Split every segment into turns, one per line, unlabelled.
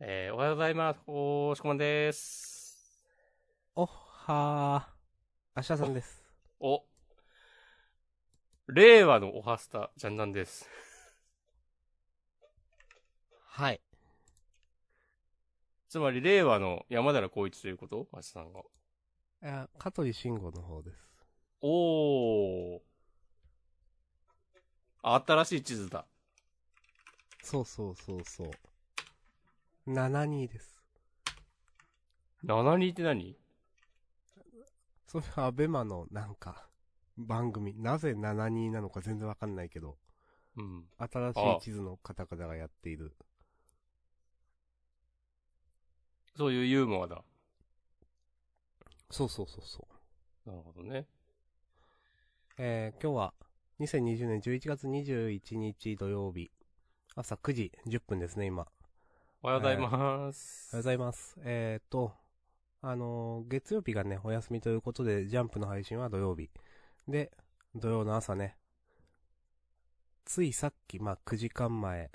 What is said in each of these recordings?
えー、おはようございます。おーしこまんです。
おっはー。アシャさんです。
お。令和のおはスタ、ジャンダンです。
はい。
つまり、令和の山寺宏一ということマシさんが。
あ香取慎吾の方です。
おー。あ新しい地図だ。
そうそうそうそう。72です。
72って何
それはアベマのなんか、番組。なぜ72なのか全然わかんないけど、
うん。
新しい地図の方々がやっている。
そういうユーモアだ。
そうそうそうそう。
なるほどね。
えー、今日は2020年11月21日土曜日、朝9時10分ですね、今。
おはようございます。
おはようございます。えー、と、あのー月曜日がね、お休みということで、ジャンプの配信は土曜日。で、土曜の朝ね、ついさっき、まあ、9時間前、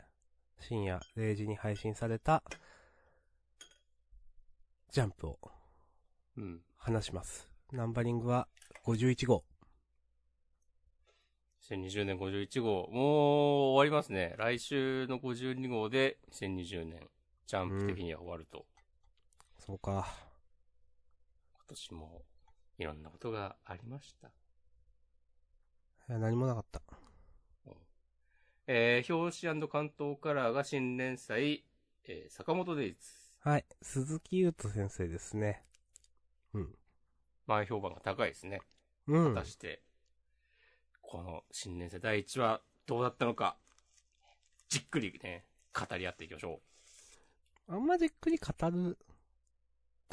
深夜0時に配信された、ジャンプを
うん。
話します。ナンバリングは51号。
2020年51号。もう終わりますね。来週の52号で2020年。ジャンプ的には終わると。
そうか。
今年もいろんなことがありました。
えー何もなかった。
えー、表紙関東カラーが新連載、えー坂本デイズ。
はい。鈴木優斗先生ですね。うん。
前評判が高いですね。
うん。
果たして、この新連載第1話どうだったのか、じっくりね、語り合っていきましょ
あんまじっくり語る、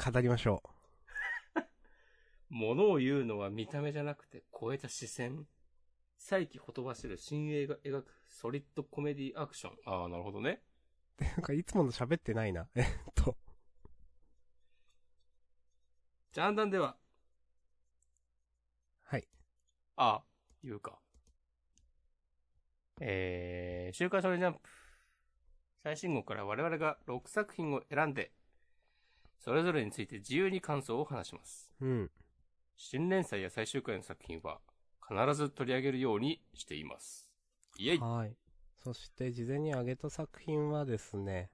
語りましょう。
う。物を言うのは見た目じゃなくて超えた視線。再起ほとばしる新映画描くソリッドコメディアクション。ああ、なるほどね。
なんかいつもの喋ってないな。えっと、
ジャンダンでは、
はい。
あ、言うか。えー、週刊少年ジャンプ。最新号から我々が6作品を選んで、それぞれについて自由に感想を話します。
うん。
新連載や最終回の作品は、必ず取り上げるようにしています。イェイ
はい。そして、事前に挙げた作品はですね、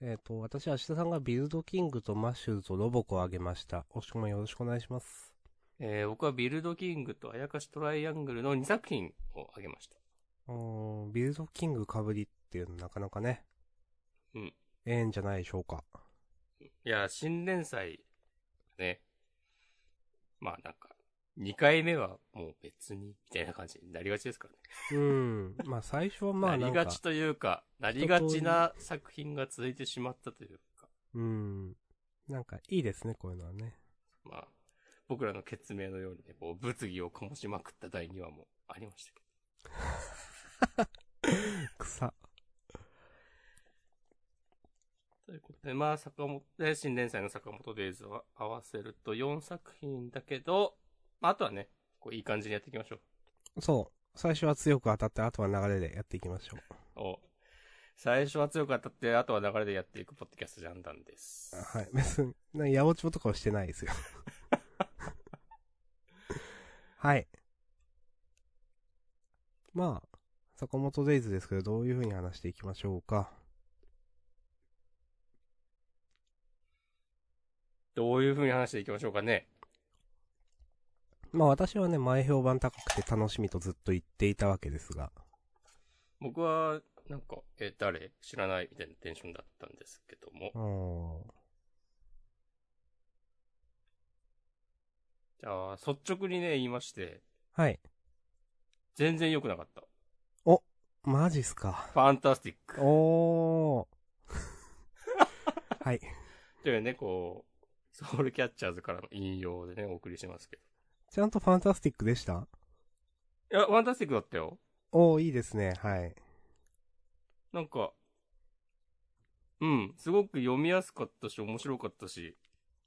えっ、と、私、明日さんがビルドキングとマッシュルとロボコを挙げました。おしくもよろしくお願いします。
えー、僕はビルドキングとあやかしトライアングルの2作品を挙げました。
おービルドキングかぶりっていうのなかなかね、
うん。
ええんじゃないでしょうか。
いや、新連載、ね。まあなんか、2回目はもう別に、みたいな感じになりがちですからね。
うん。まあ、最初は まあ
な
な
り
ん
が
か、
ちというか、なりがちな作品が続いてしまったというか、
うん。なんか、いいですね、こういうのはね。
まあ、僕らの決明のようにね、こう、物議を醸しまくった第2話もありましたけ
草。
ど。ということで、まあ、坂本、え新連載の坂本デイズは合わせると4作品だけど、まあ、あとはね、こう、いい感じにやっていきましょう。
そう。最初は強く当たって、あとは流れでやっていきましょ
お最初は強かったって、あとは流れでやっていくポッドキャストジャンダンです
う。。はい。別に、な、八百長とかはしてないですよ。 はい。まあ、坂本デイズですけど、どういう風に話していきましょうか。
どういう風に話していきましょうかね。
まあ私はね、前評判高くて楽しみとずっと言っていたわけですが。
僕は、なんか、え、誰知らないみたいなテンションだったんですけども
う。ん。
じゃあ、率直にね、言いまして、
はい。
全然良くなかった。
マジっすか。
ファンタスティック。
おー。 はい。
というね、こう、ソウルキャッチャーズからの引用でね、お送りしますけ
ちゃんとファンタスティックでした
ど。いや、ファンタスティックだったよ。
おー、いいですね。はい。
なんか、うん、すごく読みやすかったし、面白かったし、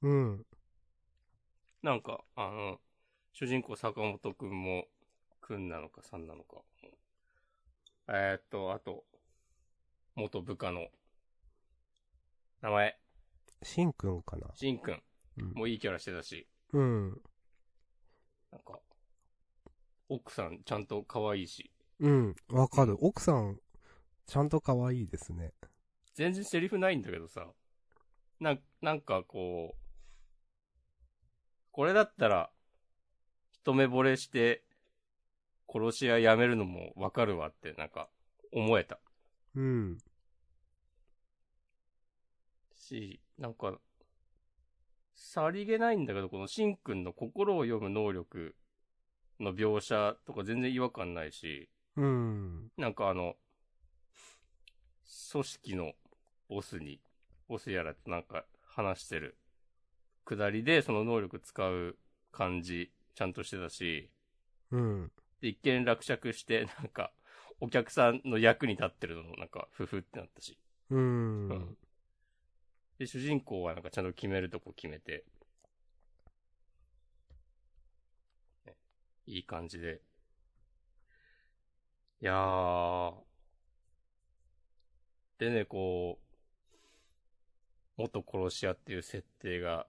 うん。
なんか、あの、主人公坂本くんも、くんなのか、さんなのか。えーっと、あと、元部下の、名前、
しんくんかな
ジンくん。
うん
もういいキャラしてたし、
うん。
なんか、奥さんちゃんと可愛いし、
うん。わかる。奥さん、ちゃんと可愛いですね。
全然セリフないんだけどさ、なん、なんかこう、これだったら、一目惚れして、殺し屋やめるのもわかるわって、なんか、思えた
うん。
し、なんか、さりげないんだけど、このシンくんの心を読む能力の描写とか全然違和感ないし、
うん。
なんかあの、組織のボスに、ボスやらとなんか話してるくだりで、その能力使う感じ、ちゃんとしてたし、
うん。
で一見落着して、なんか、お客さんの役に立ってるのもなんか、ふふってなったし。
う
うんん。で、主人公はなんかちゃんと決めるとこ決めて、ねいい感じで。いやー。でね、こう、元殺し屋っていう設定が、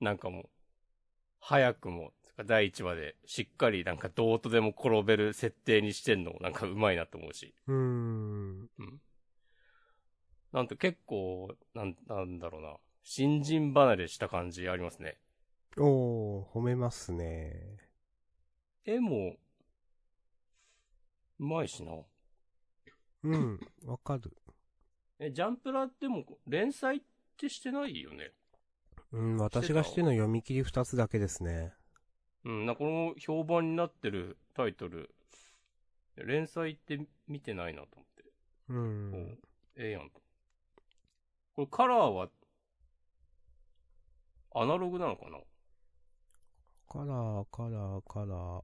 なんかもう、早くも、第1話でしっかりなんかどうとでも転べる設定にしてんのもなんかうまいなと思うし。
うん。
うん。なんて結構、なん、なんだろうな。新人離れした感じありますね。
おー、褒めますね。
絵も、うまいしな。
うん。わかる。
え、ジャンプラっても連載ってしてないよね。
うん、私がしての読み切り二つだけですね。
うん、なんかこの評判になってるタイトル、連載って見てないなと思って。
う。
うんんええやんと。これカラーは、アナログなのかな
カラー、カラー、カラー。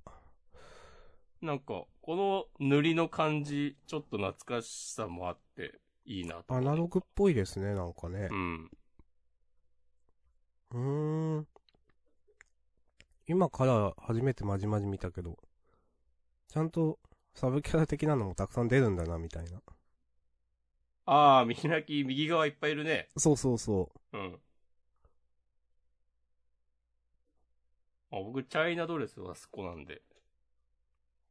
なんか、この塗りの感じ、ちょっと懐かしさもあって、いいなと。
アナログっぽいですね、なんかね
う。ん。
うーん。今から初めてまじまじ見たけど、ちゃんとサブキャラ的なのもたくさん出るんだな、みたいな。
ああ、見開き、右側いっぱいいるね。
そうそうそ
うん。あ僕、チャイナドレスは好こなんで。
う。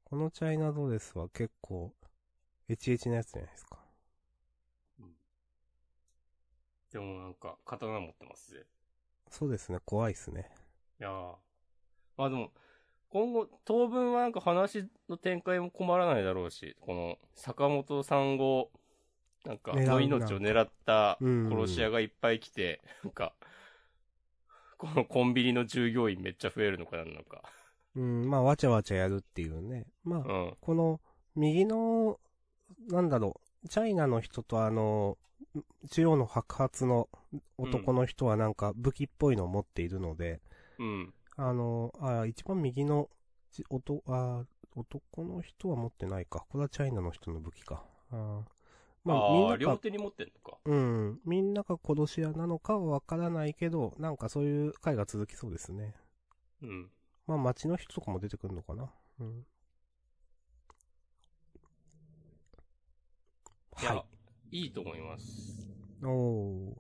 このチャイナドレスは結構、エチエチなやつじゃないですか。
でもなんか、刀持ってますぜ。
そうですね、怖いっすね。
いやーまあでも、今後、当分はなんか話の展開も困らないだろうし、この、坂本さんを、なんか、
狙う
の命を狙った
うん
殺し屋がいっぱい来て、なんか、このコンビニの従業員めっちゃ増えるのかなんのか。
うん、まあ、わちゃわちゃやるっていうね。まあ、
うん。
この、右の、なんだろう、チャイナの人とあの、中央の白髪の男の人はなんか武器っぽいのを持っているので、
うん。
あの、あ、一番右の、ちおと、あ、男の人は持ってないか。これはチャイナの人の武器か。あま
あ
あ、み
あー、
んな
両
が、
手に持ってんのか。
うん、みんなが殺し屋なのかはわからないけど、なんかそういう回が続きそうですね。
うん。
まあ、街の人とかも出てくるのかな。うん。
いや、、
はい
いと思います。
い。おおー。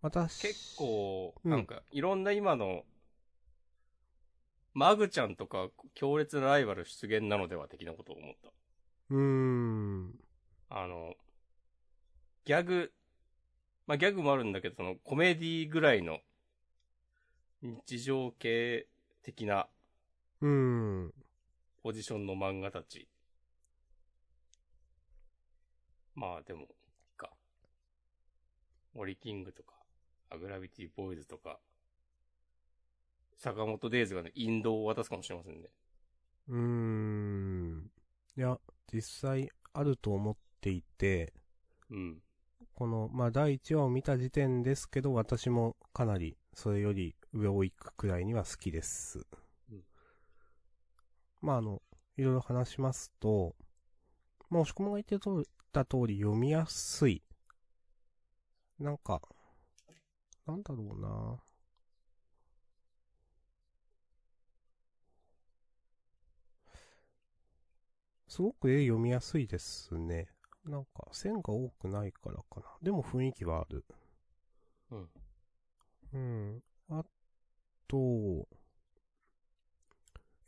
私、
結、構、
うん
なんか、いろんな今の、マグちゃんとか強烈なライバル出現なのでは的なことを思った。
うーん。
あの、ギャグ、まあ、ギャグもあるんだけど、そのコメディぐらいの日常系的な
うーん。
ポジションの漫画たち。まあでも、いいか。森キングとか、アグラビティボーイズとか、坂本デイズがね、引導を渡すかもしれませんね。
うーん。いや、実際あると思っていて、
うん。
この、まあ、第1話を見た時点ですけど、私もかなり、それより上を行くくらいには好きです。
うん
まあ、あの、いろいろ話しますと、まあ、押し込まが言ってた通り読みやすい。なんか、なんだろうなすごく絵読みやすいですね。なんか線が多くないからかな。でも雰囲気はある。
うん。
うん。あと、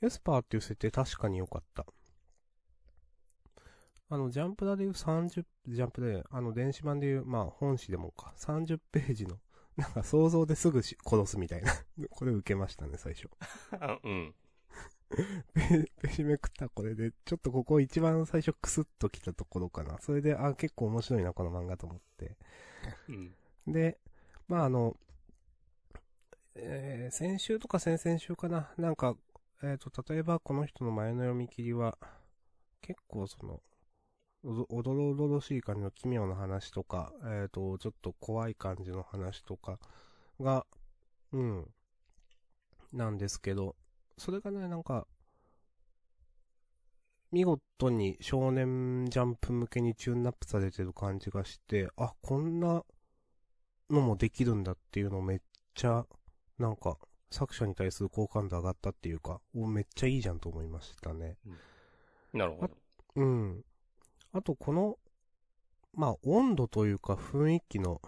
エスパーっていう設定確かに良かった。あの、ジャンプラでいう30、ジャンプで、あの、電子版でいう、まあ、本誌でもか、30ページの、 なんか想像ですぐし殺すみたいな。 これ受けましたね、最初。
あうん。
ペーページめくったこれで、ちょっとここ一番最初クスッときたところかな。それで、あ、結構面白いな、この漫画と思って。
うん。
で、まああの、えー先週とか先々週かな、なんか、えっ、と、例えばこの人の前の読み切りは、結構その、おどおどろおどろしい感じの奇妙な話とか、えっ、と、ちょっと怖い感じの話とかが、うん、なんですけど、それがね、なんか、見事に少年ジャンプ向けにチューンナップされてる感じがして、あ、こんなのもできるんだっていうのをめっちゃ、なんか、作者に対する好感度上がったっていうか、おめっちゃいいじゃんと思いましたね。
なるほど。
うん。あと、この、まあ、温度というか雰囲気の、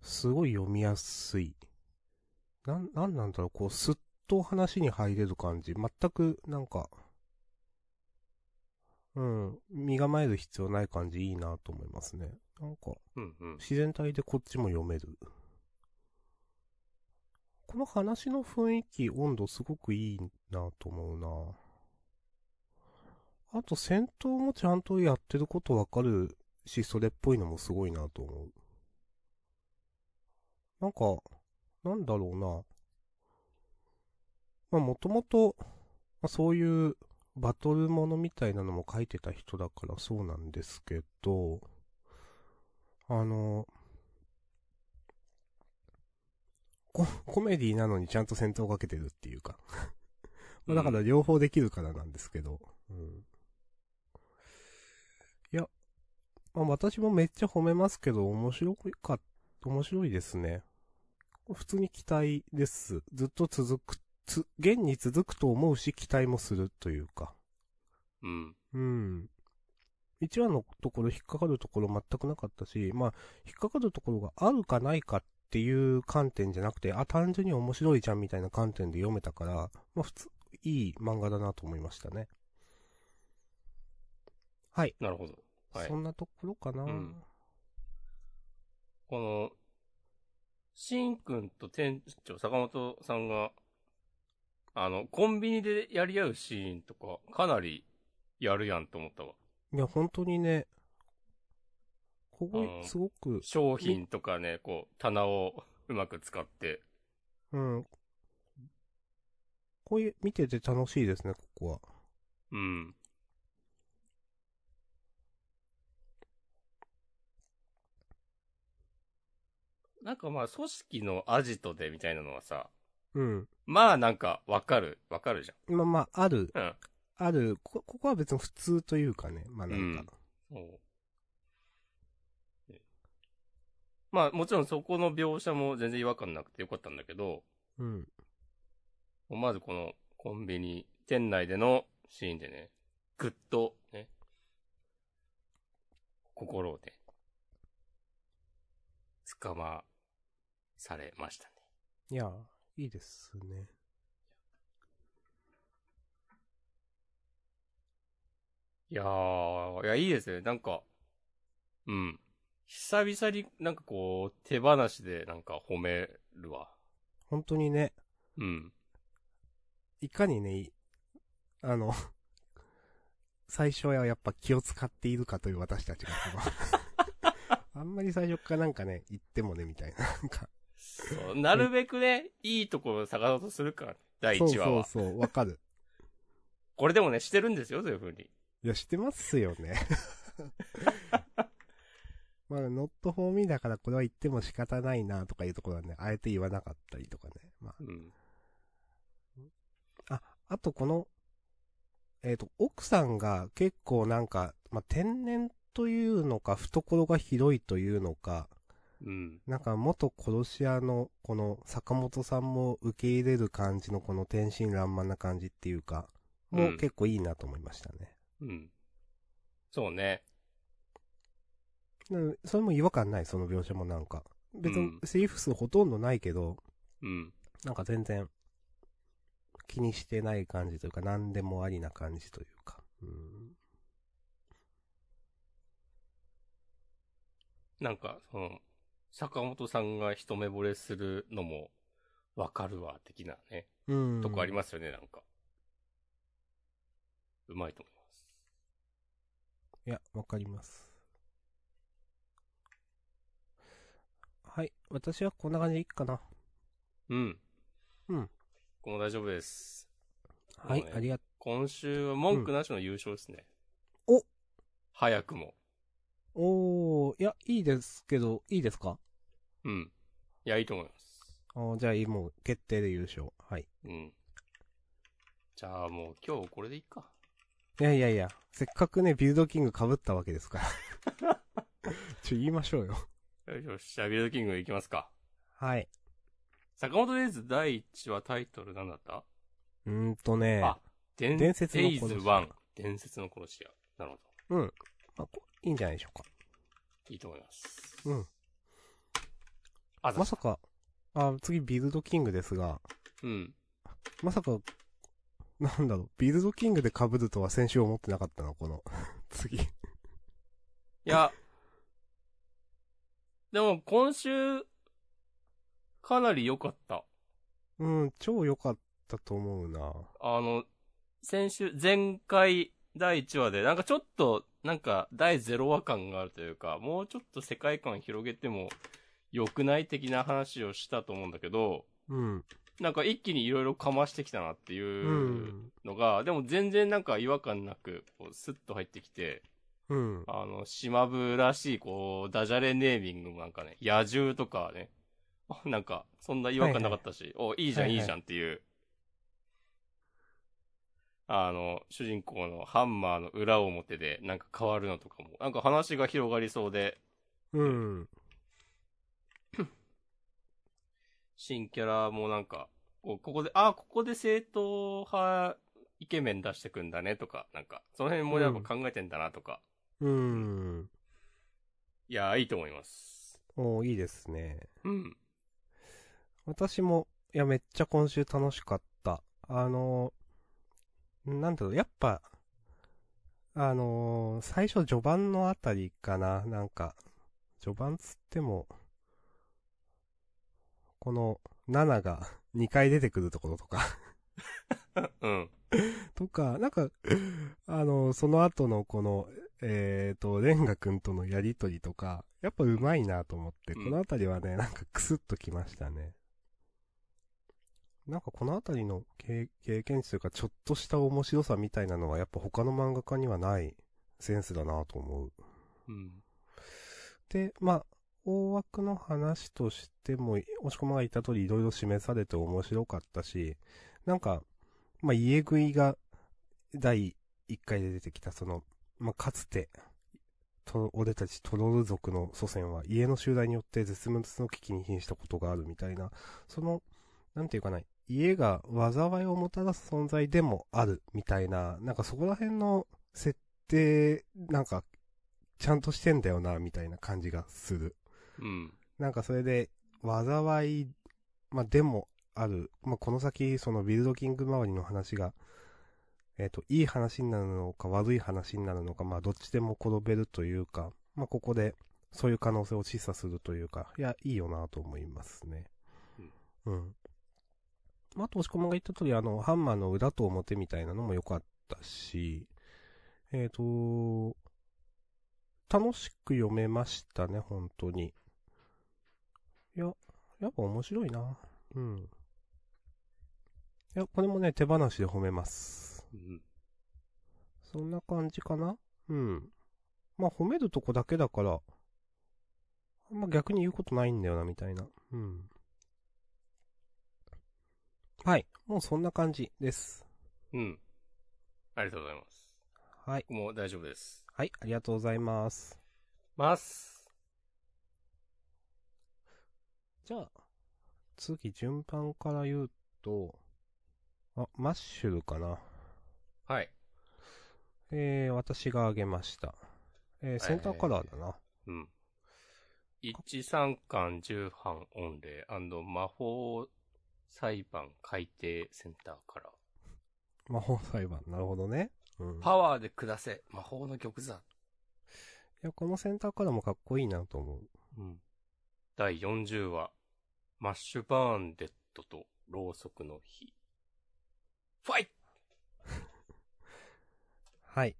すごい読みやすい。なん、なんなんだろう、こう、すっと話に入れる感じ。全く、なんか、うん、身構える必要ない感じいいなと思いますね。なんか、
うんうん。
自然体でこっちも読める。この話の雰囲気、温度すごくいいなと思うなあと戦闘もちゃんとやってることわかるし、それっぽいのもすごいなと思う。なんか、なんだろうなまあもともと、まあそういうバトルものみたいなのも書いてた人だからそうなんですけど、あの、コ コメディなのにちゃんと戦闘をかけてるっていうか。まあだから両方できるからなんですけど。うんいや、まあ私もめっちゃ褒めますけど、面白くか、面白いですね。普通に期待です。ずっと続く、つ、現に続くと思うし、期待もするというか。
うん。
うん。1話のところ引っかかるところ全くなかったし、まあ、引っかかるところがあるかないかっていう観点じゃなくて、あ、単純に面白いじゃんみたいな観点で読めたから、まあ普通、いい漫画だなと思いましたね。はい。
なるほど。はい
そ。んなところかな、
うんこの、しんくんと店長、坂本さんが、あの、コンビニでやり合うシーンとか、かなりやるやんと思ったわ。
いや、本当にね、ここ
う、ん
すごく、
商品とかね、こう、棚をうまく使って、
うん。こういう、見てて楽しいですね、ここは。
うん。なんかまあ、組織のアジトでみたいなのはさ、
うん。
まあなんかわかる、わかるじ
まあまあ、ある、
ゃん。うん。
ある、こ、ここは別に普通というかね、まあなんか。
そうねまあもちろんそこの描写も全然違和感なくてよかったんだけど、
うん。
まずこのコンビニ、店内でのシーンでね、ぐっとね、心をね、捕まされましたね。
いや、いいですね。
いやー、いや、いいですね。なんか、うん。久々になんかこう、手放しでなんか褒めるわ。
本当にね、
うん。
いかにね、いあの、 最初はやっぱ気を使っているかという私たちが。 あんまり最初からなんかね、言ってもね、みたいな。なんか。
そうなるべくね、いいところを探そうとするから、第1話は。
そうそうそう、わかる。
これでもね、してるんですよ、そういう風に。
いや、してますよね。 まあ、ノットフォーミーだからこれは言っても仕方ないなとかいうところはね、あえて言わなかったりとかね。まあ、
うん。
あ、あとこの、えっ、と、奥さんが結構なんか、まあ、天然というのか、懐が広いというのか、
うん。
なんか元殺し屋のこの坂本さんも受け入れる感じのこの天真爛漫な感じっていうか、もう結構いいなと思いましたね。
うん。そうね。
なそれも違和感ない、その描写もなんか。別に
うん
セリフ数ほとんどないけど、
うん。
なんか全然気にしてない感じというか、何でもありな感じというか。うん。
なんか、その、坂本さんが一目惚れするのもわかるわ、的なね、
うん。
とこあり
す。
ますよね、なんか。うまいと思います。
いや、わかります。はい。私はこんな感じでいいかな。
うん。
うん。
こも大丈夫です。
は
も
い。
うね
ありがと
今週は文句なしの優勝ですね。
うんお
早くも。
う。おー、いや、いいですけど、いいですか
うん。いや、いいと思います。
あーじゃあ、もう決定で優勝。はい。
うん。じゃあもう今日これでいいか。
いやいやいや、せっかくね、ビルドキング被ったわけですから。 ちょ、言いましょうよ。
よしよし、じゃあビルドキングいきますか。
はい。
坂本デイズ第1話タイトル何だった
うーんとね、
あ伝
伝説の
デイズ
殺し屋
1。伝説の殺し屋。なるほど。
うん。まあ、こいいんじゃないでしょうか。
いいと思います。
うん。
あざ
まさか、あ、次ビルドキングですが、
うん。
まさか、なんだろう、ビルドキングで被るとは先週思ってなかったな、この、 次。
いや、でも今週、かなり良かった。
うん、超良かったと思うな。
あの、先週、前回第1話で、なんかちょっと、なんか第0話感があるというか、もうちょっと世界観広げても良くない的な話をしたと思うんだけど、
うん。
なんか一気にいろいろかましてきたなって
う。
いうんのが、でも全然なんか違和感なく、こうスッと入ってきて、
うん。
あの、島部らしい、こう、ダジャレネーミングもなんかね、野獣とかね、あなんか、そんな違和感なかったし、お、いいじゃん、
はいい
い
はい
じゃんっていう。あの、主人公のハンマーの裏表でなんか変わるのとかも、なんか話が広がりそうで、
うん。
新キャラもなんか、こうここで、あ、ここで正統派イケメン出してくんだねとか、なんか、その辺もやっぱ考えてんだなとか、
うん。
いや、いいと思います。
おーいいですね。
うん。
私も、いや、めっちゃ今週楽しかった。あのー、なんだろう、やっぱ、あのー、最初序盤のあたりかな、なんか、序盤つっても、この、7が2回出てくるところとか、
うん。
とか、なんか、あのー、その後のこの、えーと、レンガくんとのやりとりとか、やっぱうまいなと思って、
うん
このあたりはね、なんかクスッときましたね。なんかこのあたりの経経験値というか、ちょっとした面白さみたいなのは、やっぱ他の漫画家にはないセンスだなと思う。
うん。
で、まあ、大枠の話としても、押し込まが言った通りいろいろ示されて面白かったし、なんか、まあ、家食いが第1回で出てきた、その、まあ、かつて、と、俺たちトロール族の祖先は家の襲来によって絶滅の危機に瀕したことがあるみたいな、その、なんていうかな、家が災いをもたらす存在でもあるみたいな、なんかそこら辺の設定、なんかちゃんとしてんだよな、みたいな感じがする。
うん。
なんかそれで、災い、まあ、でもある。まあ、この先、そのビルドキング周りの話が、えっ、と、いい話になるのか、悪い話になるのか、まあ、どっちでも転べるというか、まあ、ここで、そういう可能性を示唆するというか、いや、いいよなと思いますね。うん。まあ、あと、押し込まが言った通り、あの、ハンマーの裏と表みたいなのも良かったし、えっ、と、楽しく読めましたね、本当に。いや、やっぱ面白いな。うん。いや、これもね、手放しで褒めます。
うん。
そんな感じかなうん。まあ、褒めるとこだけだから、あんま逆に言うことないんだよな、みたいな。うん。はい。もうそんな感じです。
うん。ありがとうございます。
はい。
僕も大丈夫です。
はい、ありがとうございます。
ます。
じゃあ、次、順番から言うと、あ、マッシュルかな。
はい。
えー、私が挙げました。えー、センターカラーだな。
うん。一三巻重犯御礼魔法裁判改定センターから。
魔法裁判。なるほどね。うん。い
パワーで下せ魔法の玉座。
や、このセンターからもかっこいいなと思う。
うん。第40話、マッシュバーンデッドとろうそくの火。ファイ
はい。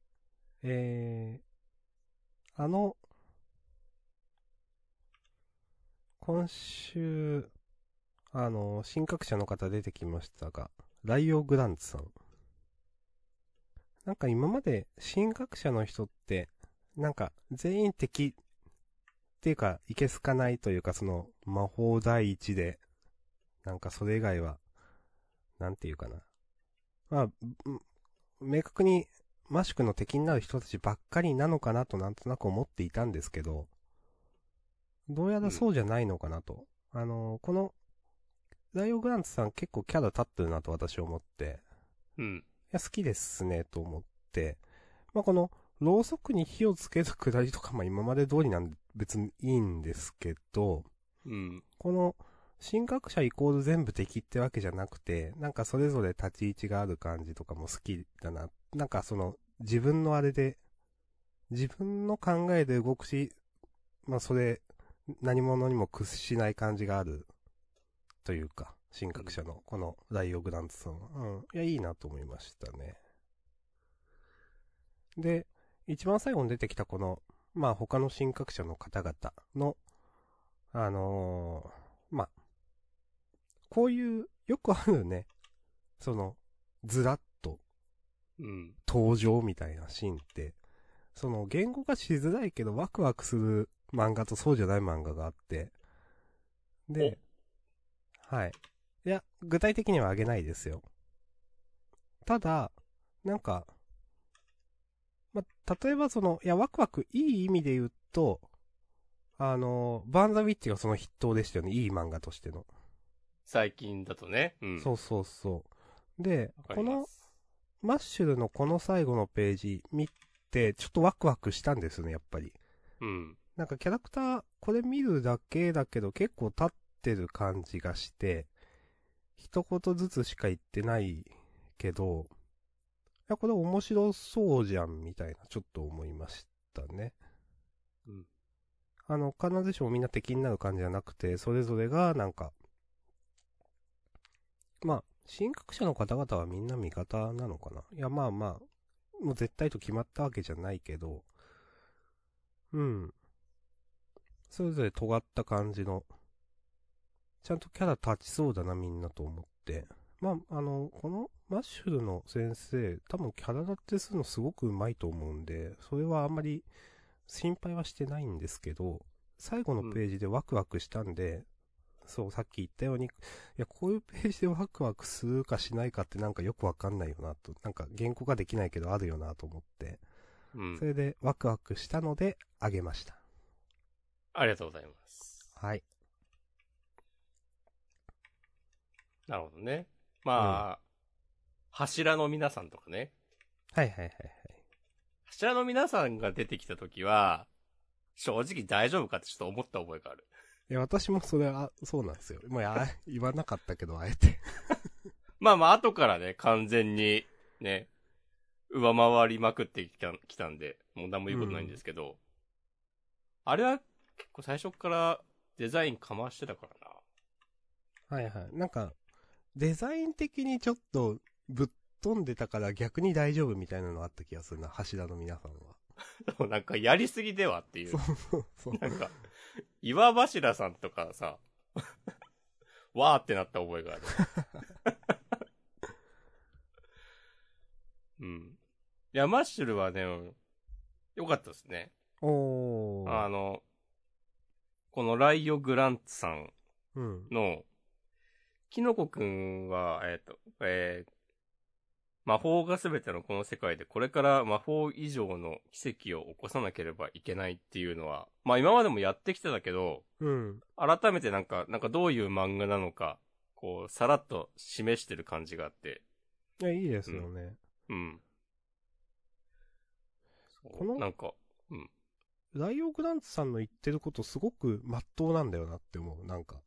えー、あの、今週、あの、新格者の方出てきましたが、ライオグランツさん。なんか今まで、新格者の人って、なんか、全員敵、っていうか、いけすかないというか、その、魔法第一で、なんかそれ以外は、なんていうかな。まあ、うん明確にマシュクの敵になる人たちばっかりなのかなとなんとなく思っていたんですけど、どうやらそうじゃないのかなと。あの、この、ライオグランツさん結構キャラ立ってるなと私は思って、
うん。
いや、好きですね、と思って。まあ、この、ろうそくに火をつけるくだりとか、まあ、今まで通りなんで別にいいんですけど、
うん。
この、新学者イコール全部敵ってわけじゃなくて、なんかそれぞれ立ち位置がある感じとかも好きだな。なんかその、自分のあれで、自分の考えで動くし、まあそれ、何者にも屈しない感じがある、というか、新学者の、この、ライオグランツさんは。うん。いや、いいなと思いましたね。で、一番最後に出てきたこの、まあ他の新学者の方々の、あのーまあ、こういう、よくあるね、その、ずらっと
うん。
登場みたいなシーンって、その言語化しづらいけどワクワクする漫画とそうじゃない漫画があって、で、はい。いや、具体的にはあげないですよ。ただ、なんか、ま、例えばその、いや、ワクワクいい意味で言うと、あの、バーンザウィッチがその筆頭でしたよね、いい漫画としての。
最近だとね。うん。
そうそうそう。で、
わか
こ
り
の
ま、す
マッシュルのこの最後のページ見て、ちょっとワクワクしたんですね、やっぱり。
うん。
なんかキャラクター、これ見るだけだけど結構立ってる感じがして、一言ずつしか言ってないけど、いや、これ面白そうじゃん、みたいな、ちょっと思いましたね。
うん。
あの、必ずしもみんな敵になる感じじゃなくて、それぞれが、なんか、まあ、新学者の方々はみんな味方なのかないや、まあまあ、もう絶対と決まったわけじゃないけど、うん。それぞれ尖った感じの、ちゃんとキャラ立ちそうだな、みんなと思って。まあ、あの、このマッシュルの先生、多分キャラ立てするのすごくうまいと思うんで、それはあんまり心配はしてないんですけど、最後のページでワクワクしたんで、そう、さっき言ったように、いや、こういうページでワクワクするかしないかってなんかよくわかんないよなと、なんか原稿ができないけどあるよなと思って、
うん
そ。れでワクワクしたので、あげました。
ありがとうございます。
はい。
なるほどね。まあ、柱の皆さんとかね。
はいはいはい
柱の皆さんが出てきたときは、正直大丈夫かってちょっと思った覚えがある。
いや、私もそれは、そうなんですよ。まあ、 あ言わなかったけど、あえて。
まあまあ、後からね、完全に、ね、上回りまくってきたきたんで、もう何も言うことないんですけど、あれは結構最初からデザインかましてたからな。
はいはい。なんか、デザイン的にちょっとぶっ飛んでたから逆に大丈夫みたいなのあった気がするな、柱の皆さんは。
そうなん かやりすぎではっていう。
そうそう。
なんか、岩柱さんとかさ、 わーってなった覚えがある。 うん。いや、マッシュルはね、よかったですね。
おー。
あの、このライオ・グランツさん
うん。
の、キノコくんは、えっ、と、えー魔法がすべてのこの世界で、これから魔法以上の奇跡を起こさなければいけないっていうのは、まあ今までもやってきてたけど、
うん。
改めてなんか、なんかどういう漫画なのか、こう、さらっと示してる感じがあって、
いや、いいですよね。
うん。そう
この
なんか、
ライオングランツさんの言ってることすごく真っ当なんだよなって思う、なんか。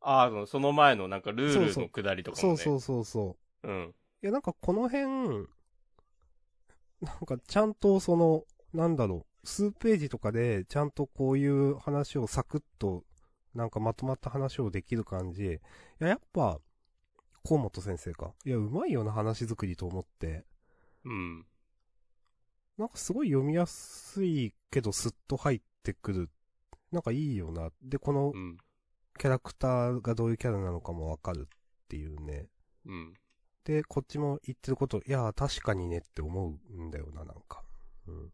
ああ、そのその前のなんかルールのくだりとかも
そ
ね。
うそうそうそう。
うん。
いや、なんかこの辺、なんかちゃんとその、なんだろう、数ページとかで、ちゃんとこういう話をサクッと、なんかまとまった話をできる感じ。いや、やっぱ、河本先生か。いや、うまいよな話作りと思って。
うん。
なんかすごい読みやすいけど、スッと入ってくる。なんかいいよな。で、この
うん。
キャラクターがどういうキャラなのかもわかるっていうね。
うん。
で、こっちも言ってること、いやー、確かにねって思うんだよな、なんか。うん。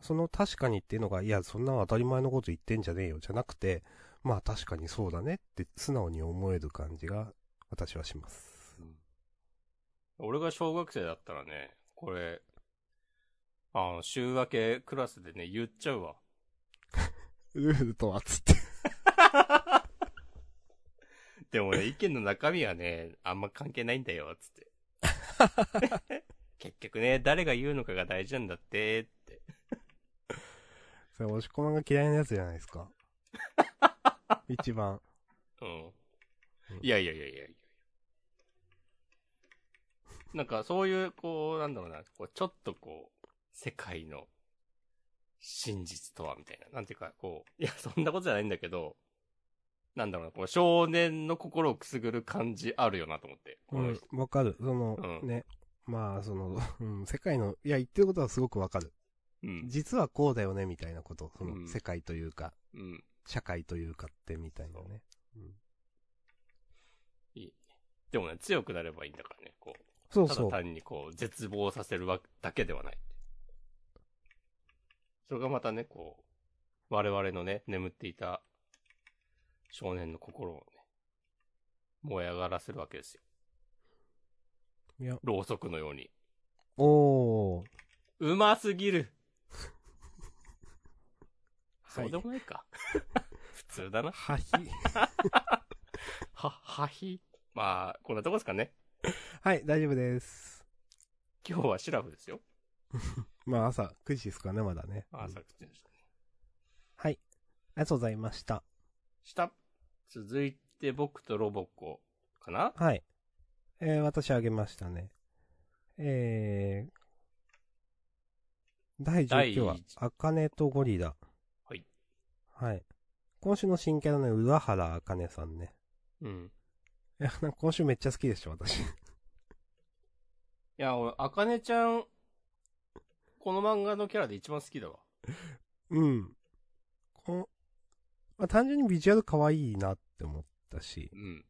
その確かにっていうのが、いや、そんな当たり前のこと言ってんじゃねえよ、じゃなくて、まあ確かにそうだねって素直に思える感じが、私はします。
俺が小学生だったらね、これ、あの、週明けクラスでね、言っちゃうわ。
ルールとはつって。
でもね、意見の中身はね、あんま関係ないんだよ、つって。 結局ね、誰が言うのかが大事なんだって、って。
それ、押し込まんが嫌いなやつじゃないです か。一番。
うん。いやいやいやいやいやなんかそういう、こう、なんだろうな、こうちょっとこう、世界の真実とは、みたいな。なんていうか、こう、いや、そんなことじゃないんだけど、なんだろうな、こう、少年の心をくすぐる感じあるよなと思って。こ
う
の
ん、わかる。その、
うん
ね。まあ、その、 うん、世界の、いや、言ってることはすごくわかる。
うん。
実はこうだよね、みたいなこと。そうの、
ん
世界というか、
うん。
社会というかってみたいなね。
でもね、強くなればいいんだからね、こう。
そう
た
そ
だ
う。
単にこう、絶望させるわだけではない。それがまたね、こう、我々のね、眠っていた少年の心をね、燃え上がらせるわけですよ。
いや、
ろうそくのように。
おー。
うますぎる
は
そう
い
で。もない か。普通だな。
はひ。
は、はひ。まあ、こんなとこですかね。
はい、大丈夫です。
今日はシラフですよ。
まあ朝9時ですかね、まだね。うん
朝口でしたね。
はい。ありがとうございました。
下。続いて僕とロボコかな
はい。えー、私あげましたね。えー、第19話
第、一
アカネとゴリラ。
はい。
はい。今週の新キャラの浦原あかねさんね。
うん。
いや、なんか今週めっちゃ好きでしょ、私。
いや、俺、あかねちゃん、この漫画のキャラで一番好きだわ。
うん。この、まあ、単純にビジュアル可愛いなって思ったし
う、ん。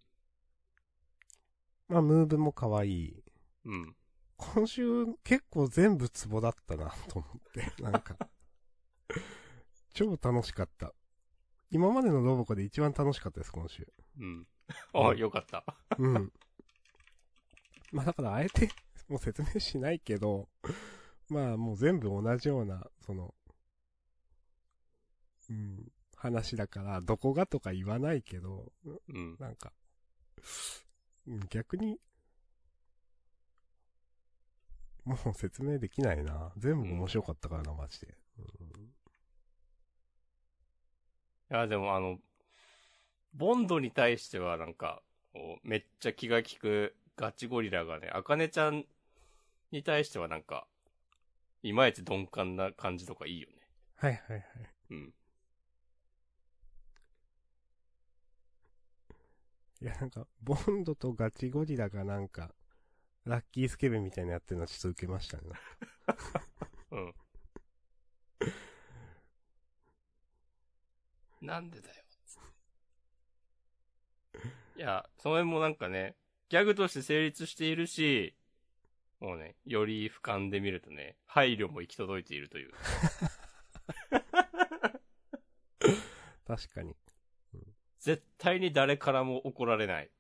まあ、ムーブも可愛い。
うん。
今週、結構全部ツボだったな、と思って。なんか、 超楽しかった。今までのロボコで一番楽しかったです、今週。
うん。 あ、
うん
よかった。
うん。 まあ、だから、あえて、 もう説明しないけど、まあ、もう全部同じような、その、うん、話だから、どこがとか言わないけど、
うん。
なんか、うん逆に、もう説明できないな。全部面白かったからな、マジで。
いや、でもあの、ボンドに対してはなんか、こうめっちゃ気が利くガチゴリラがね、あかねちゃんに対してはなんか、いまいち鈍感な感じとかいいよね。
はいはいはい。
うん。
いや、なんか、ボンドとガチゴリラがなんか、ラッキースケベみたいなやってるのはちょっと受けましたね。
うん。 なんでだよ。いや、その辺もなんかね、ギャグとして成立しているし、もうね、より俯瞰で見るとね、配慮も行き届いているという。
確かに。
絶対に誰からも怒られない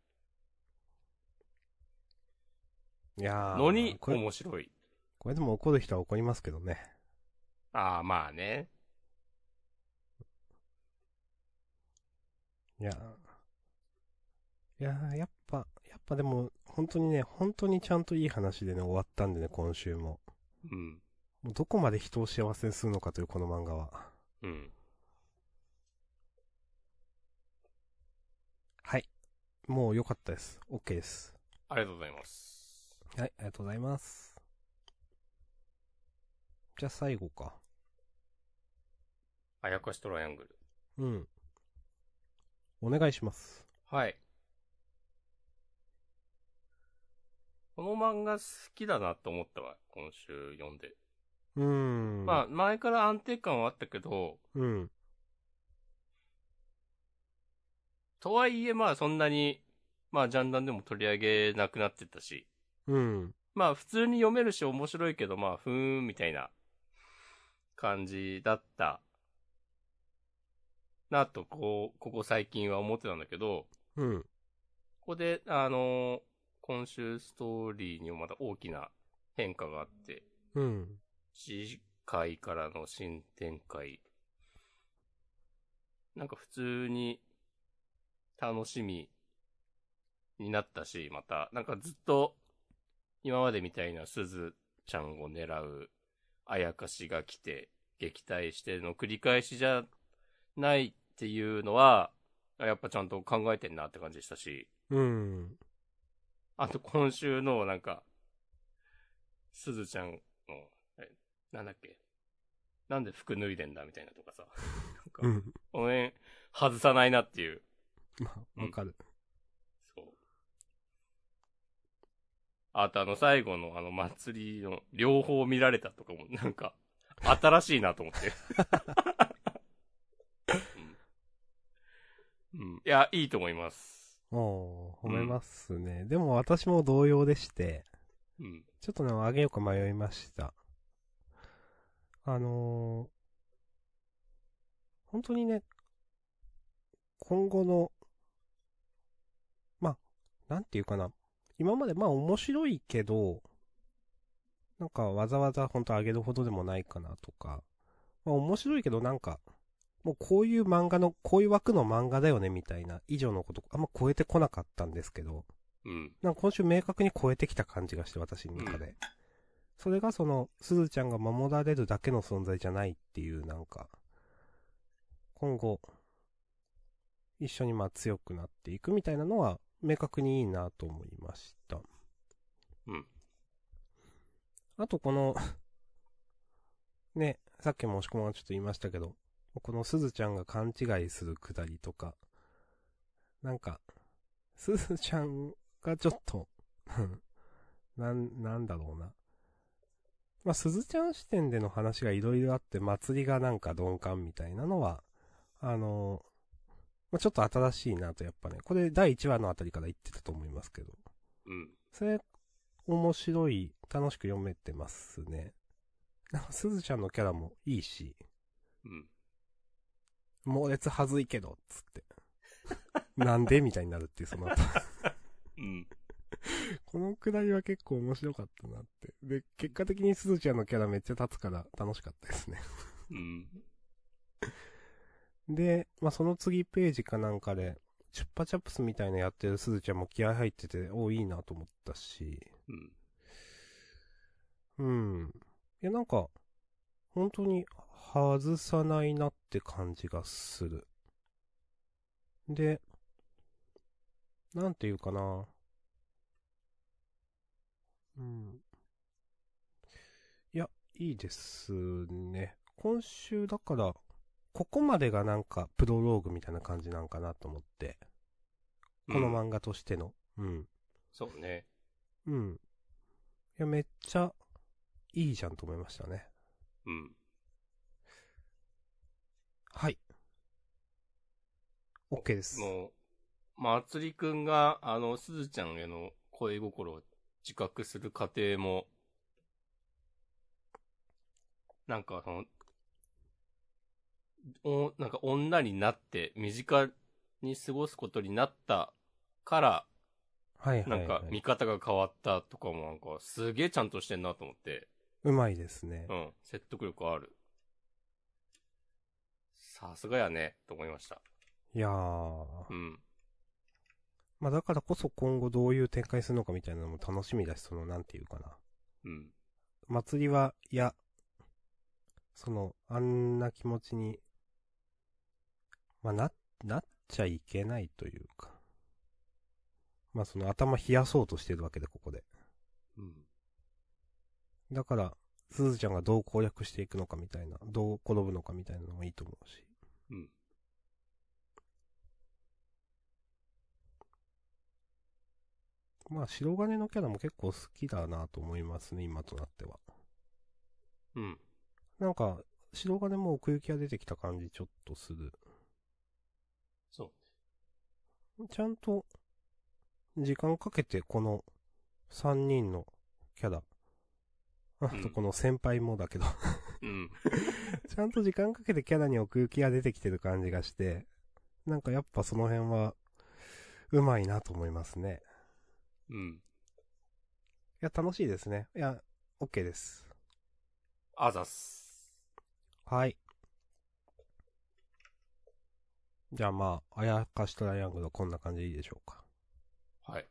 いやー
のに
これ、
面白い。
これでも怒る人は怒りますけどね。
ああ、まあね。
いやーいやーやっぱ、やっぱでも、本当にね、本当にちゃんといい話でね、終わったんでね、今週も。
うん。
もうどこまで人を幸せにするのかというこの漫画は。
うん。
はい。もう良かったです。OK です。
ありがとうございます。
はい、ありがとうございます。じゃあ最後か。
あやかしトライアングル。
うん。お願いします。
はい。この漫画好きだなと思ったわ、今週読んで。
うーん。
まあ、前から安定感はあったけど、
うん。
とはいえまあそんなに、まあジャンダンでも取り上げなくなってたし、
うん。
まあ普通に読めるし面白いけど、まあふーんみたいな感じだったなと、こう、ここ最近は思ってたんだけど、
うん。
ここで、あのー今週ストーリーにもまた大きな変化があって、
うん。
次回からの新展開。なんか普通に楽しみになったし、また、なんかずっと今までみたいな鈴ちゃんを狙うあやかしが来て撃退しての繰り返しじゃないっていうのは、あやっぱちゃんと考えてんなって感じでしたし、
うん。
あと今週のなんか、鈴ちゃんの、えなんだっけ、なんで服脱いでんだみたいなとかさ、なんか
う、ん。
この辺外さないなっていう、
まあ、わかる。
そう。あとあの最後のあの祭りの両方見られたとかも、なんか、新しいなと思って。うん、うん。いや、いいと思います。
おー、褒めますね。でも私も同様でして、
うん。
ちょっとね、あげようか迷いました。あのー、本当にね、今後の、まあ、なんていうかな。今までまあ面白いけど、なんかわざわざ本当あげるほどでもないかなとか、まあ面白いけどなんか、もうこういう漫画の、こういう枠の漫画だよねみたいな以上のことあんま超えてこなかったんですけど、
うん。
なんか今週明確に超えてきた感じがして、私の中で。それがその、すずちゃんが守られるだけの存在じゃないっていう、なんか、今後、一緒にまあ強くなっていくみたいなのは、明確にいいなと思いました。
うん。
あとこの、ね、さっきも押し込まがちょっと言いましたけど、このすずちゃんが勘違いするくだりとか、なんか、すずちゃんがちょっと、 うんなん、なんだろうな。まあ、すずちゃん視点での話がいろいろあって、祭りがなんか鈍感みたいなのは、あの、まあ、ちょっと新しいなと、やっぱね、これ第1話のあたりから言ってたと思いますけど、
うん。
それ、面白い、楽しく読めてますね。なんか、すずちゃんのキャラもいいし、
うん。
猛烈はずいけど、つって。なんでみたいになるっていう、その後。
うん。
このくだりは結構面白かったなって。で、結果的にすずちゃんのキャラめっちゃ立つから楽しかったですね。
うん。
で、まあ、その次ページかなんかで、チュッパチャップスみたいなやってるすずちゃんも気合入ってて、おーいいなと思ったし、
うん。
うん。いや、なんか、本当に外さないなって感じがする。で、なんていうかな。うん。いや、いいですね。今週だから、ここまでがなんかプロローグみたいな感じなんかなと思って。この
うん
漫画としての。うん。
そうね。
うん。いや、めっちゃいいじゃんと思いましたね。
うん。
はい。OK です。
もう、まつりくんが、あの、すずちゃんへの恋心を自覚する過程も、なんか、その、お、なんか女になって、身近に過ごすことになったから、
はいは、
ないん
は
か
い。
見方が変わったとかもなんか、すげえちゃんとしてんなと思って。
うまいですね
う。ん、説得力ある。さすがやね、と思いました。
いやー。
うん。
まあだからこそ今後どういう展開するのかみたいなのも楽しみだし、そのなんていうかな。
うん。
祭りは、いや、その、あんな気持ちに、まあ、な、なっちゃいけないというか。まあ、その頭冷やそうとしてるわけで、ここで。
うん。
だから、すずちゃんがどう攻略していくのかみたいな、どう転ぶのかみたいなのもいいと思うし。
うん。
まあ、白金のキャラも結構好きだなと思いますね、今となっては。
うん。
なんか、白金も奥行きが出てきた感じちょっとする。
そう。
ちゃんと、時間かけてこの3人のキャラ、あ
うん
とこの先輩もだけど、
うん。
ちゃんと時間かけてキャラに奥行きが出てきてる感じがして、なんかやっぱその辺は、うまいなと思いますね。
うん。
いや、楽しいですね。いや、OK です。
あざっす。
はい。じゃあまあ、あやかしトライアングルはこんな感じでいいでしょうか。
はい。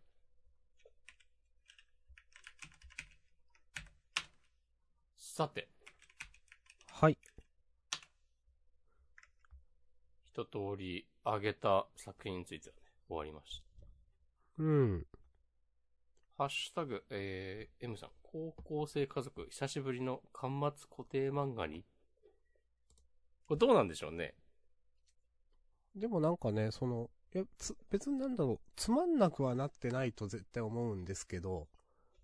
さて、
はい。
一通り上げた作品についてはね、終わりました。
うん。
ハッシュタグ、えー、M さん、高校生家族、久しぶりの巻末固定漫画にこれどうなんでしょうね。
でもなんかね、その、いや、つ、別になんだろう、つまんなくはなってないと絶対思うんですけど、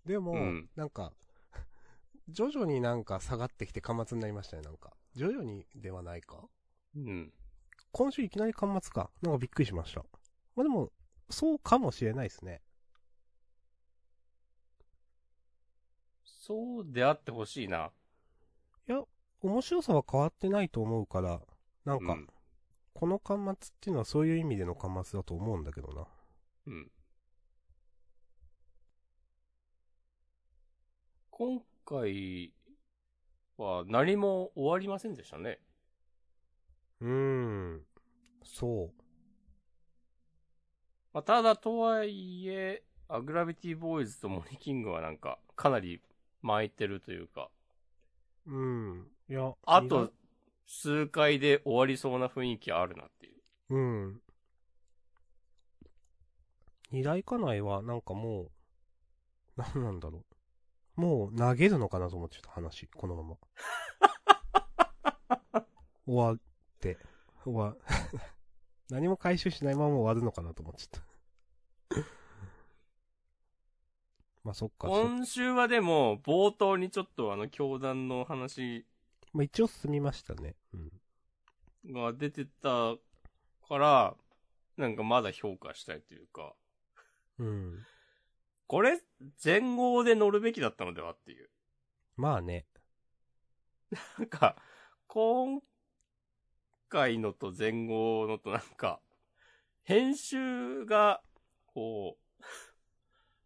でも、
うん
なんか、 徐々になんか下がってきて巻末になりましたね、なんか。徐々にではないか
うん。
今週いきなり巻末か。なんかびっくりしました。まあ、でも、そうかもしれないですね。
そうであってほしいな。
面白さは変わってないと思うから、なんか、
うん
この巻末っていうのはそういう意味での巻末だと思うんだけどな。
うん。今回は何も終わりませんでしたね。
うーん。そう。
まあ、ただとはいえ、あグラビティボーイズとモニキングはなんか、かなり巻いてるというか、
うん。いや、
あと、数回で終わりそうな雰囲気あるなっていう。
うん。二大家内は、なんかもう、なんなんだろう。もう投げるのかなと思ってちょっと話、このまま。 終わって、終わ、 何も回収しないまま終わるのかなと思っちゃった。まあそっか、そ
今週はでも、冒頭にちょっとあの、教団の話
まあ一応進みましたね。うん。
が出てたから、なんかまだ評価したいというか、
うん。
これ、前後で乗るべきだったのではっていう。
まあね。
なんか、今回のと前後のとなんか、編集が、こう、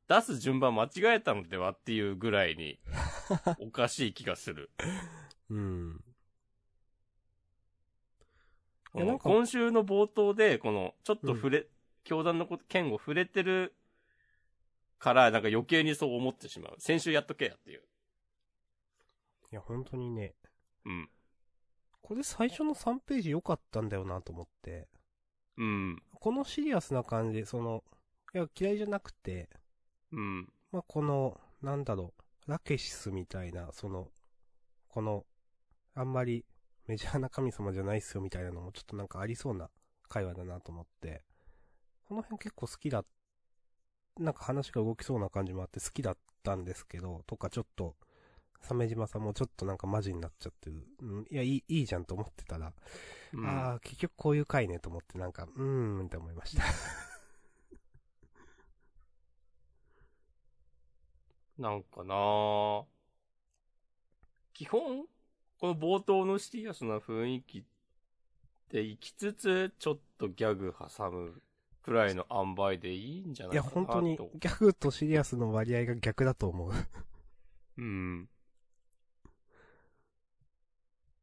出す順番間違えたのではっていうぐらい に、おかしい気がする。
うん。い
こ
やなん
の
か
今週の冒頭で、この、ちょっと触れ、教団のこと、剣を触れてるから、なんか余計にそう思ってしまう。先週やっとけやっていう。
いや、本当にね、
うん。
これ最初の3ページ良かったんだよなと思って。
うん。
このシリアスな感じ、その、いや、嫌いじゃなくて、
うん。
まあ、この、なんだろう、ラケシスみたいな、その、この、あんまりメジャーな神様じゃないっすよみたいなのもちょっとなんかありそうな会話だなと思って、この辺結構好きだ、なんか話が動きそうな感じもあって好きだったんですけど、とかちょっと、鮫島さんもちょっとなんかマジになっちゃってる。うん、いや、いい、いいじゃんと思ってたら、
うん
ああ、結局こういう回ねと思って、なんか、うーんって思いました。
なんかなぁ基本、この冒頭のシリアスな雰囲気で行きつつ、ちょっとギャグ挟むくらいの塩梅でいいんじゃないい
や、
かなと。
本当に、ギャグとシリアスの割合が逆だと思う。
うん。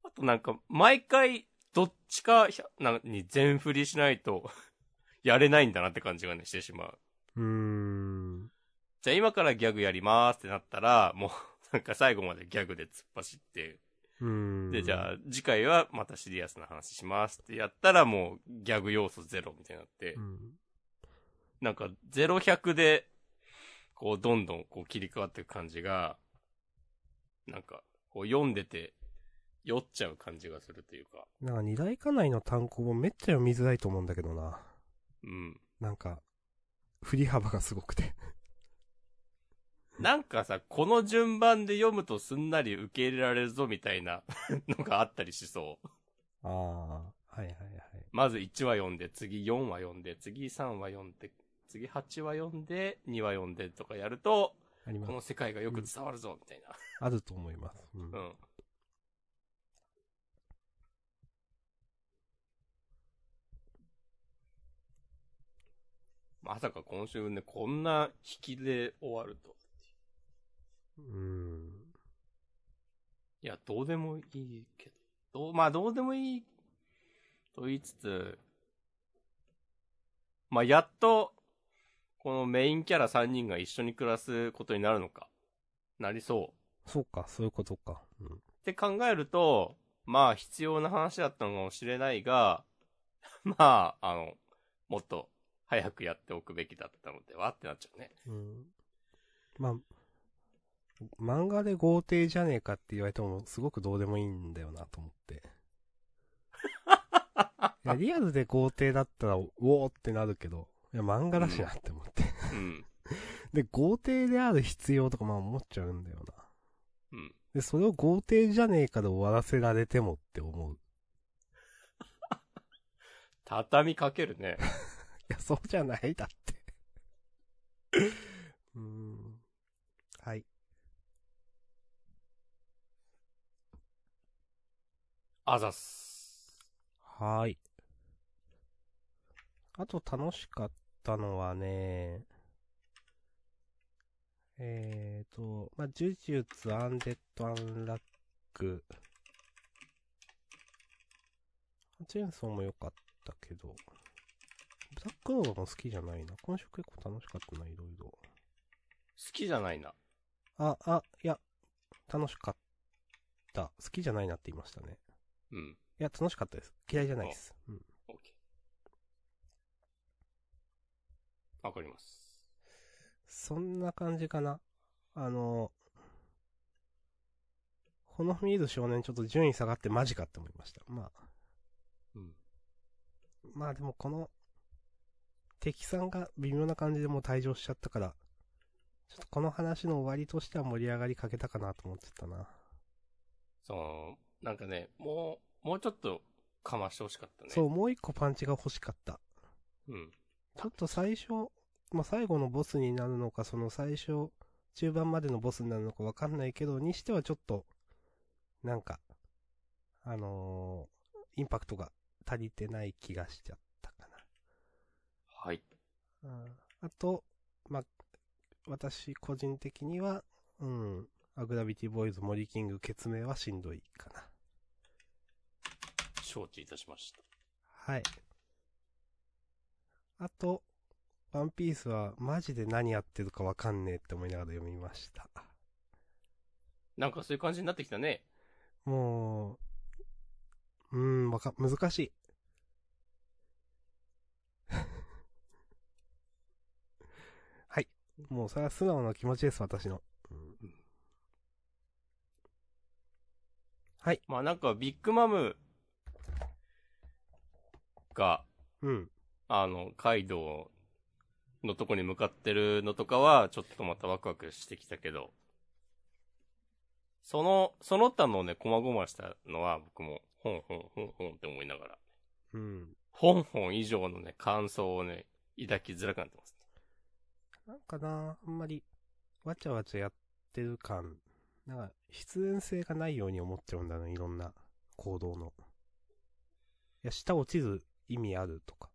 あとなんか、毎回、どっちかひゃなんに全振りしないと、 やれないんだなって感じがね、してしまう。
うーん。
じゃあ今からギャグやりますってなったら、もう、なんか最後までギャグで突っ走って、
うん。
で、じゃあ、次回はまたシリアスな話しますってやったらもうギャグ要素ゼロみたいになって
う、ん。
なんかゼロ100で、こうどんどんこう切り替わっていく感じが、なんか、こう読んでて、酔っちゃう感じがするというか、
なんか二大家内の単行本めっちゃ読みづらいと思うんだけどな。
うん。
なんか、振り幅がすごくて。
なんかさ、この順番で読むとすんなり受け入れられるぞみたいな のがあったりしそう。
ああ、はいはいはい。
まず1話読んで、次4話読んで、次3話読んで、次8話読んで、2話読んでとかやると、
ありま
この
す。
世界がよく伝わるぞ、みたいな。
あると思います。うん
う。ん。まさか今週ね、こんな引きで終わると。
うん。
いや、どうでもいいけど。どう、まあ、どうでもいいと言いつつ、まあ、やっと、このメインキャラ3人が一緒に暮らすことになるのか。なりそう。
そうか、そういうことか。うん。
って考えると、まあ必要な話だったのかもしれないが、 まあ、あの、もっと早くやっておくべきだったのではってなっちゃ うね。
うん。まあ、漫画で豪邸じゃねえかって言われても、すごくどうでもいいんだよなと 思って。いやリアルで豪邸だったら、うおーってなるけど、いや、漫画だしなって思って。
うん。
で、豪邸である必要とか、まあ思っちゃうんだよな。
うん。
で、それを豪邸じゃねえかで終わらせられてもって思う。い
畳みかけるね。
や、そうじゃないだって。 うーん。はい。
あざっす。
はーい。あと楽しかったのはね、えーと、まあ、呪術、アンデッド、アンラック、チェーンソーも良かったけど、ブラックローバーも好きじゃないな。今週結構楽しかったな、いろいろ。
好きじゃないな。
あ、あ、いや、楽しかった。好きじゃないなって言いましたね。
うん。
いや、楽しかったです。嫌いじゃないです。うん。
オッケー。わかります。
そんな感じかな。あの、ほのふみいる少年ちょっと順位下がってマジかって思いました。まあ、
うん。
まあでもこの、敵さんが微妙な感じでもう退場しちゃったから、ちょっとこの話の終わりとしては盛り上がりかけたかなと思ってたな。
その、なんかね、もう、もうちょっとかましてほしかったね。
そう、もう一個パンチが欲しかった。
うん。
ちょっと最初、まあ最後のボスになるのか、その最初、中盤までのボスになるのかわかんないけど、にしてはちょっと、なんか、あのーインパクトが足りてない気がしちゃったか
はい。
な。うん、あと、まあ、私個人的には、うん、アグラビティボーイズ、モリキング、決明はしんどいかな。
承知いたしました。
はい。あと、ワンピースはマジで何やってるかわかんねえって思いながら読みました。
なんかそういう感じになってきたね。
もう、うーん、わか、難しい。 はい。もうそれは素直な気持ちです、私の。はい。
まあなんかビッグマムが、
うん。
あの、カイドウのとこに向かってるのとかは、ちょっとまたワクワクしてきたけど、その、その他のね、細々したのは僕も、ほんほんほんほんって思いながら、
うん。
ほんほん以上のね、感想をね、抱きづらくなってます、
なんかな、あんまり、わちゃわちゃやってる感、なんか、必然性がないように思っちゃうんだな、いろんな行動の。いや、下落ちる意味あるとか。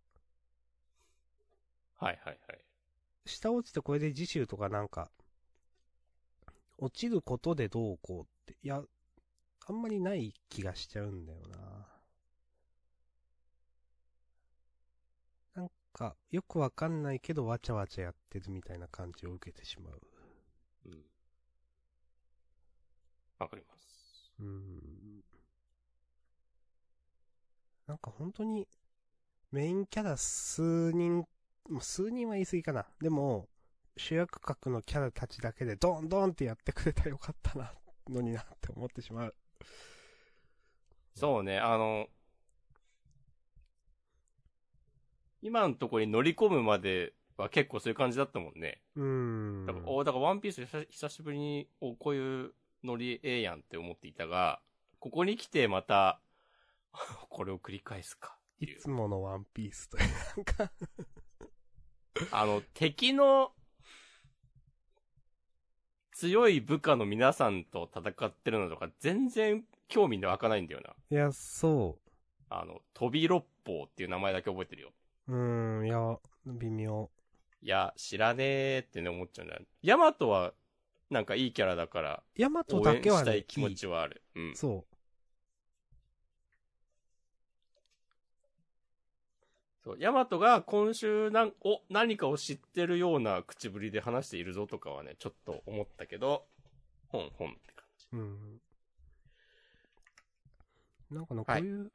はいはいはい。
下落ちてこれで次週とかなんか、落ちることでどうこうって、いや、あんまりない気がしちゃうんだよな。なんか、よくわかんないけど、わちゃわちゃやってるみたいな感じを受けてしまう。
うん。わかります。
うん。なんか本当に、メインキャラ数人、まあ数人は言い過ぎかな。でも、主役格のキャラたちだけでドンドンってやってくれたらよかったな、のになって思ってしまう。
そうね、あの、今のところに乗り込むまでは結構そういう感じだったもんね。
うん。
だから、おだからワンピース久久しぶりに、お、こういうノリええやんって思っていたが、ここに来てまた、 これを繰り返すかってい。
いうつものワンピースという、なんか、
あの、敵の、強い部下の皆さんと戦ってるのとか、全然興味湧かないんだよな。
いや、そ
あの、飛び六方っていう名前だけ覚えてるよ。
う。うん、いや、微妙。
いや、知らねえってね、思っちゃうんだよ。ヤマトは、なんかいいキャラだから、
ヤマト
応
だ
援
けは
した
ね、
い気持ちはある。うん。
そ
そう、ヤマトが今週なん、お、何かを知ってるような口ぶりで話しているぞとかはね、ちょっと思ったけど、ほんほんって感じ。
う。うん。なんかな、こういう、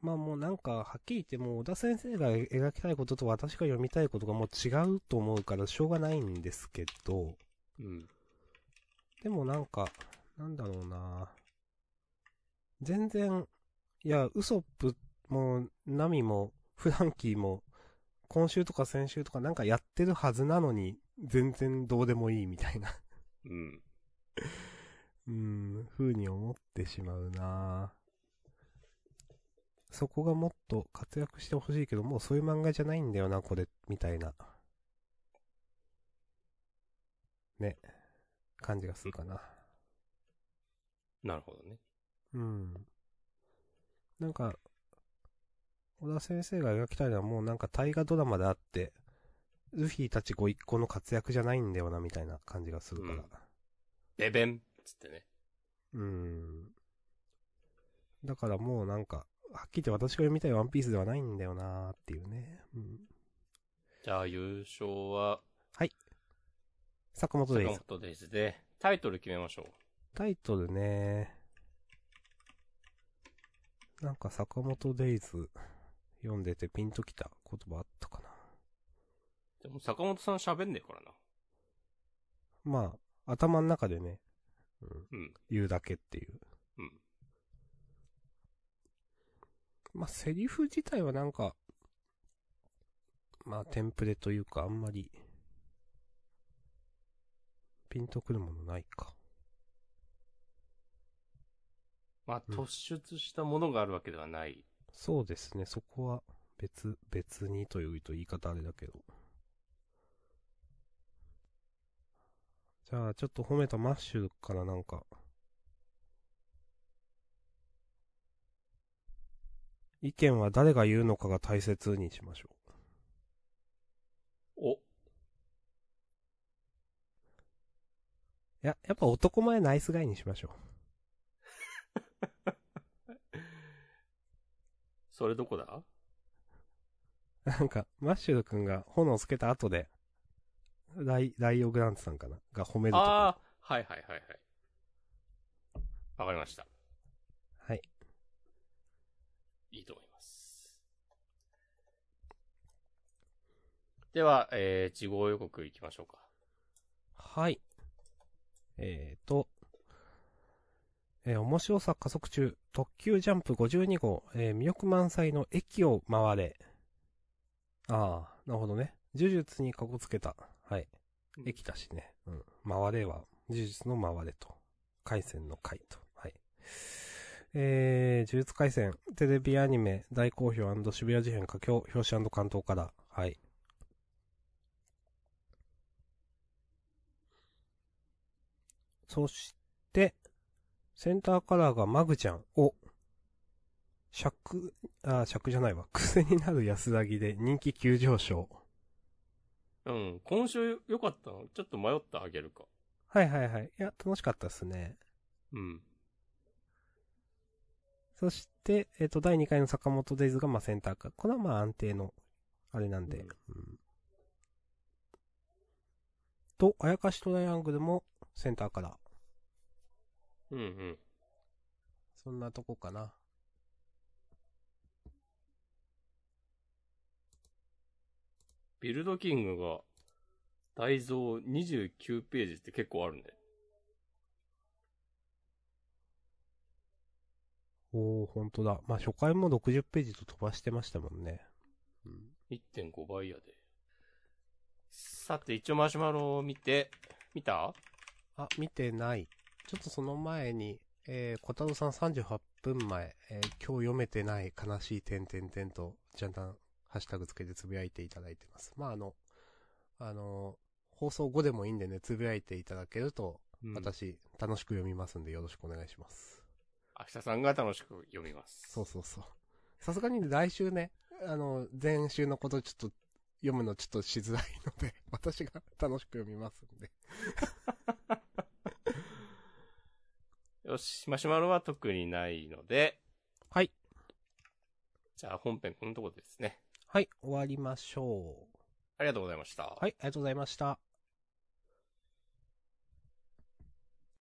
まあもうなんか、はっきり言ってもう、小田先生が描きたいことと私が読みたいことがもう違うと思うからしょうがないんですけど、
うん。
でもなんか、なんだろうな全然、いや、ウソップも、ナミも、フランキーも、今週とか先週とかなんかやってるはずなのに、全然どうでもいいみたいな、
うん。
うーん、風に思ってしまうなそこがもっと活躍してほしいけど、もうそういう漫画じゃないんだよな、これ、みたいな。ね、感じがするかな。
なるほどね。
うん。なんか、小田先生が描きたいのはもうなんか大河ドラマであって、ルフィたちご一行の活躍じゃないんだよな、みたいな感じがするから。
ベベンっつってね。
うん。だからもうなんか、はっきり言って私が読みたいワンピースではないんだよなっていうね。うん。
じゃあ優勝は、
坂本
坂
です。
本デイズで、タイトル決めましょう。
タイトルね。なんか坂本デイズ読んでてピンときた言葉あったかな。
でも坂本さん喋んねえからな。
まあ、頭の中でね、うん
うん。
言うだけっていう。
うん。
まあ、セリフ自体はなんか、まあ、テンプレというか、あんまり、ピンとくるものないか。
まあ、
うん
突出したものがあるわけではない。
そうですね、そこは別、別にというと言い方あれだけど。じゃあ、ちょっと褒めたマッシュからなんか、意見は誰が言うのかが大切にしましょう。
お、
いや、やっぱ男前ナイスガイにしましょ
それどこだ
う。 なんか、マッシュル君が炎つけた後で、ライ、ライオグランツさんかなが褒めるとこ
ああ、はいはいはいはい。わかりました。
はい。
いいと思います。では、えー、地号予告行きましょうか。
はい。えーと、えー面白さ加速中、特急ジャンプ52号、えー魅力満載の駅を回れ。ああ、なるほどね。呪術にかこつけた。はい。
うん
駅だしね。うん。回れは、呪術の回れと。回線の回と。はい。えー、呪術回戦、テレビアニメ、大好評渋谷事変佳境、表紙関東から。はい。そして、センターカラーがマグちゃんを、尺、あ、尺じゃないわ。癖になる安らぎで人気急上昇。
うん、今週良かったのちょっと迷ったあげるか。
はいはいはい。いや、楽しかったですね。
うん。
そして、えっ、と、第2回の坂本デイズが、まあ、センターか。これはまあ、安定の、あれなんで。
うん
うんと、あやかしトライアングルも、センターから。
うんうん。
そんなとこかな。
ビルドキングが、大蔵29ページって結構あるね。
おお本当だ。まあ、初回も60ページと飛ばしてましたもんね。うん。
1.5倍やで。さて、一応マシュマロを見て、見た
あ、見てない。ちょっとその前に、えー、小太郎さん38分前、えー今日読めてない悲しい点点点と、ちゃんたん、ハッシュタグつけてつぶやいていただいてます。まあ、あの、あのー放送後でもいいんでね、つぶやいていただけると、
私。
私、楽しく読みますんで、よろしくお願いします。
明日さんが楽しく読みます。
そうそうそう。さすがに来週ね、あの、前週のことちょっと、読むのちょっとしづらいので、私が楽しく読みますんで。
よし、マシュマロは特にないので、
はい。
じゃあ本編このとこですね。
はい、終わりましょう。
ありがとうございました。
はい、ありがとうございました。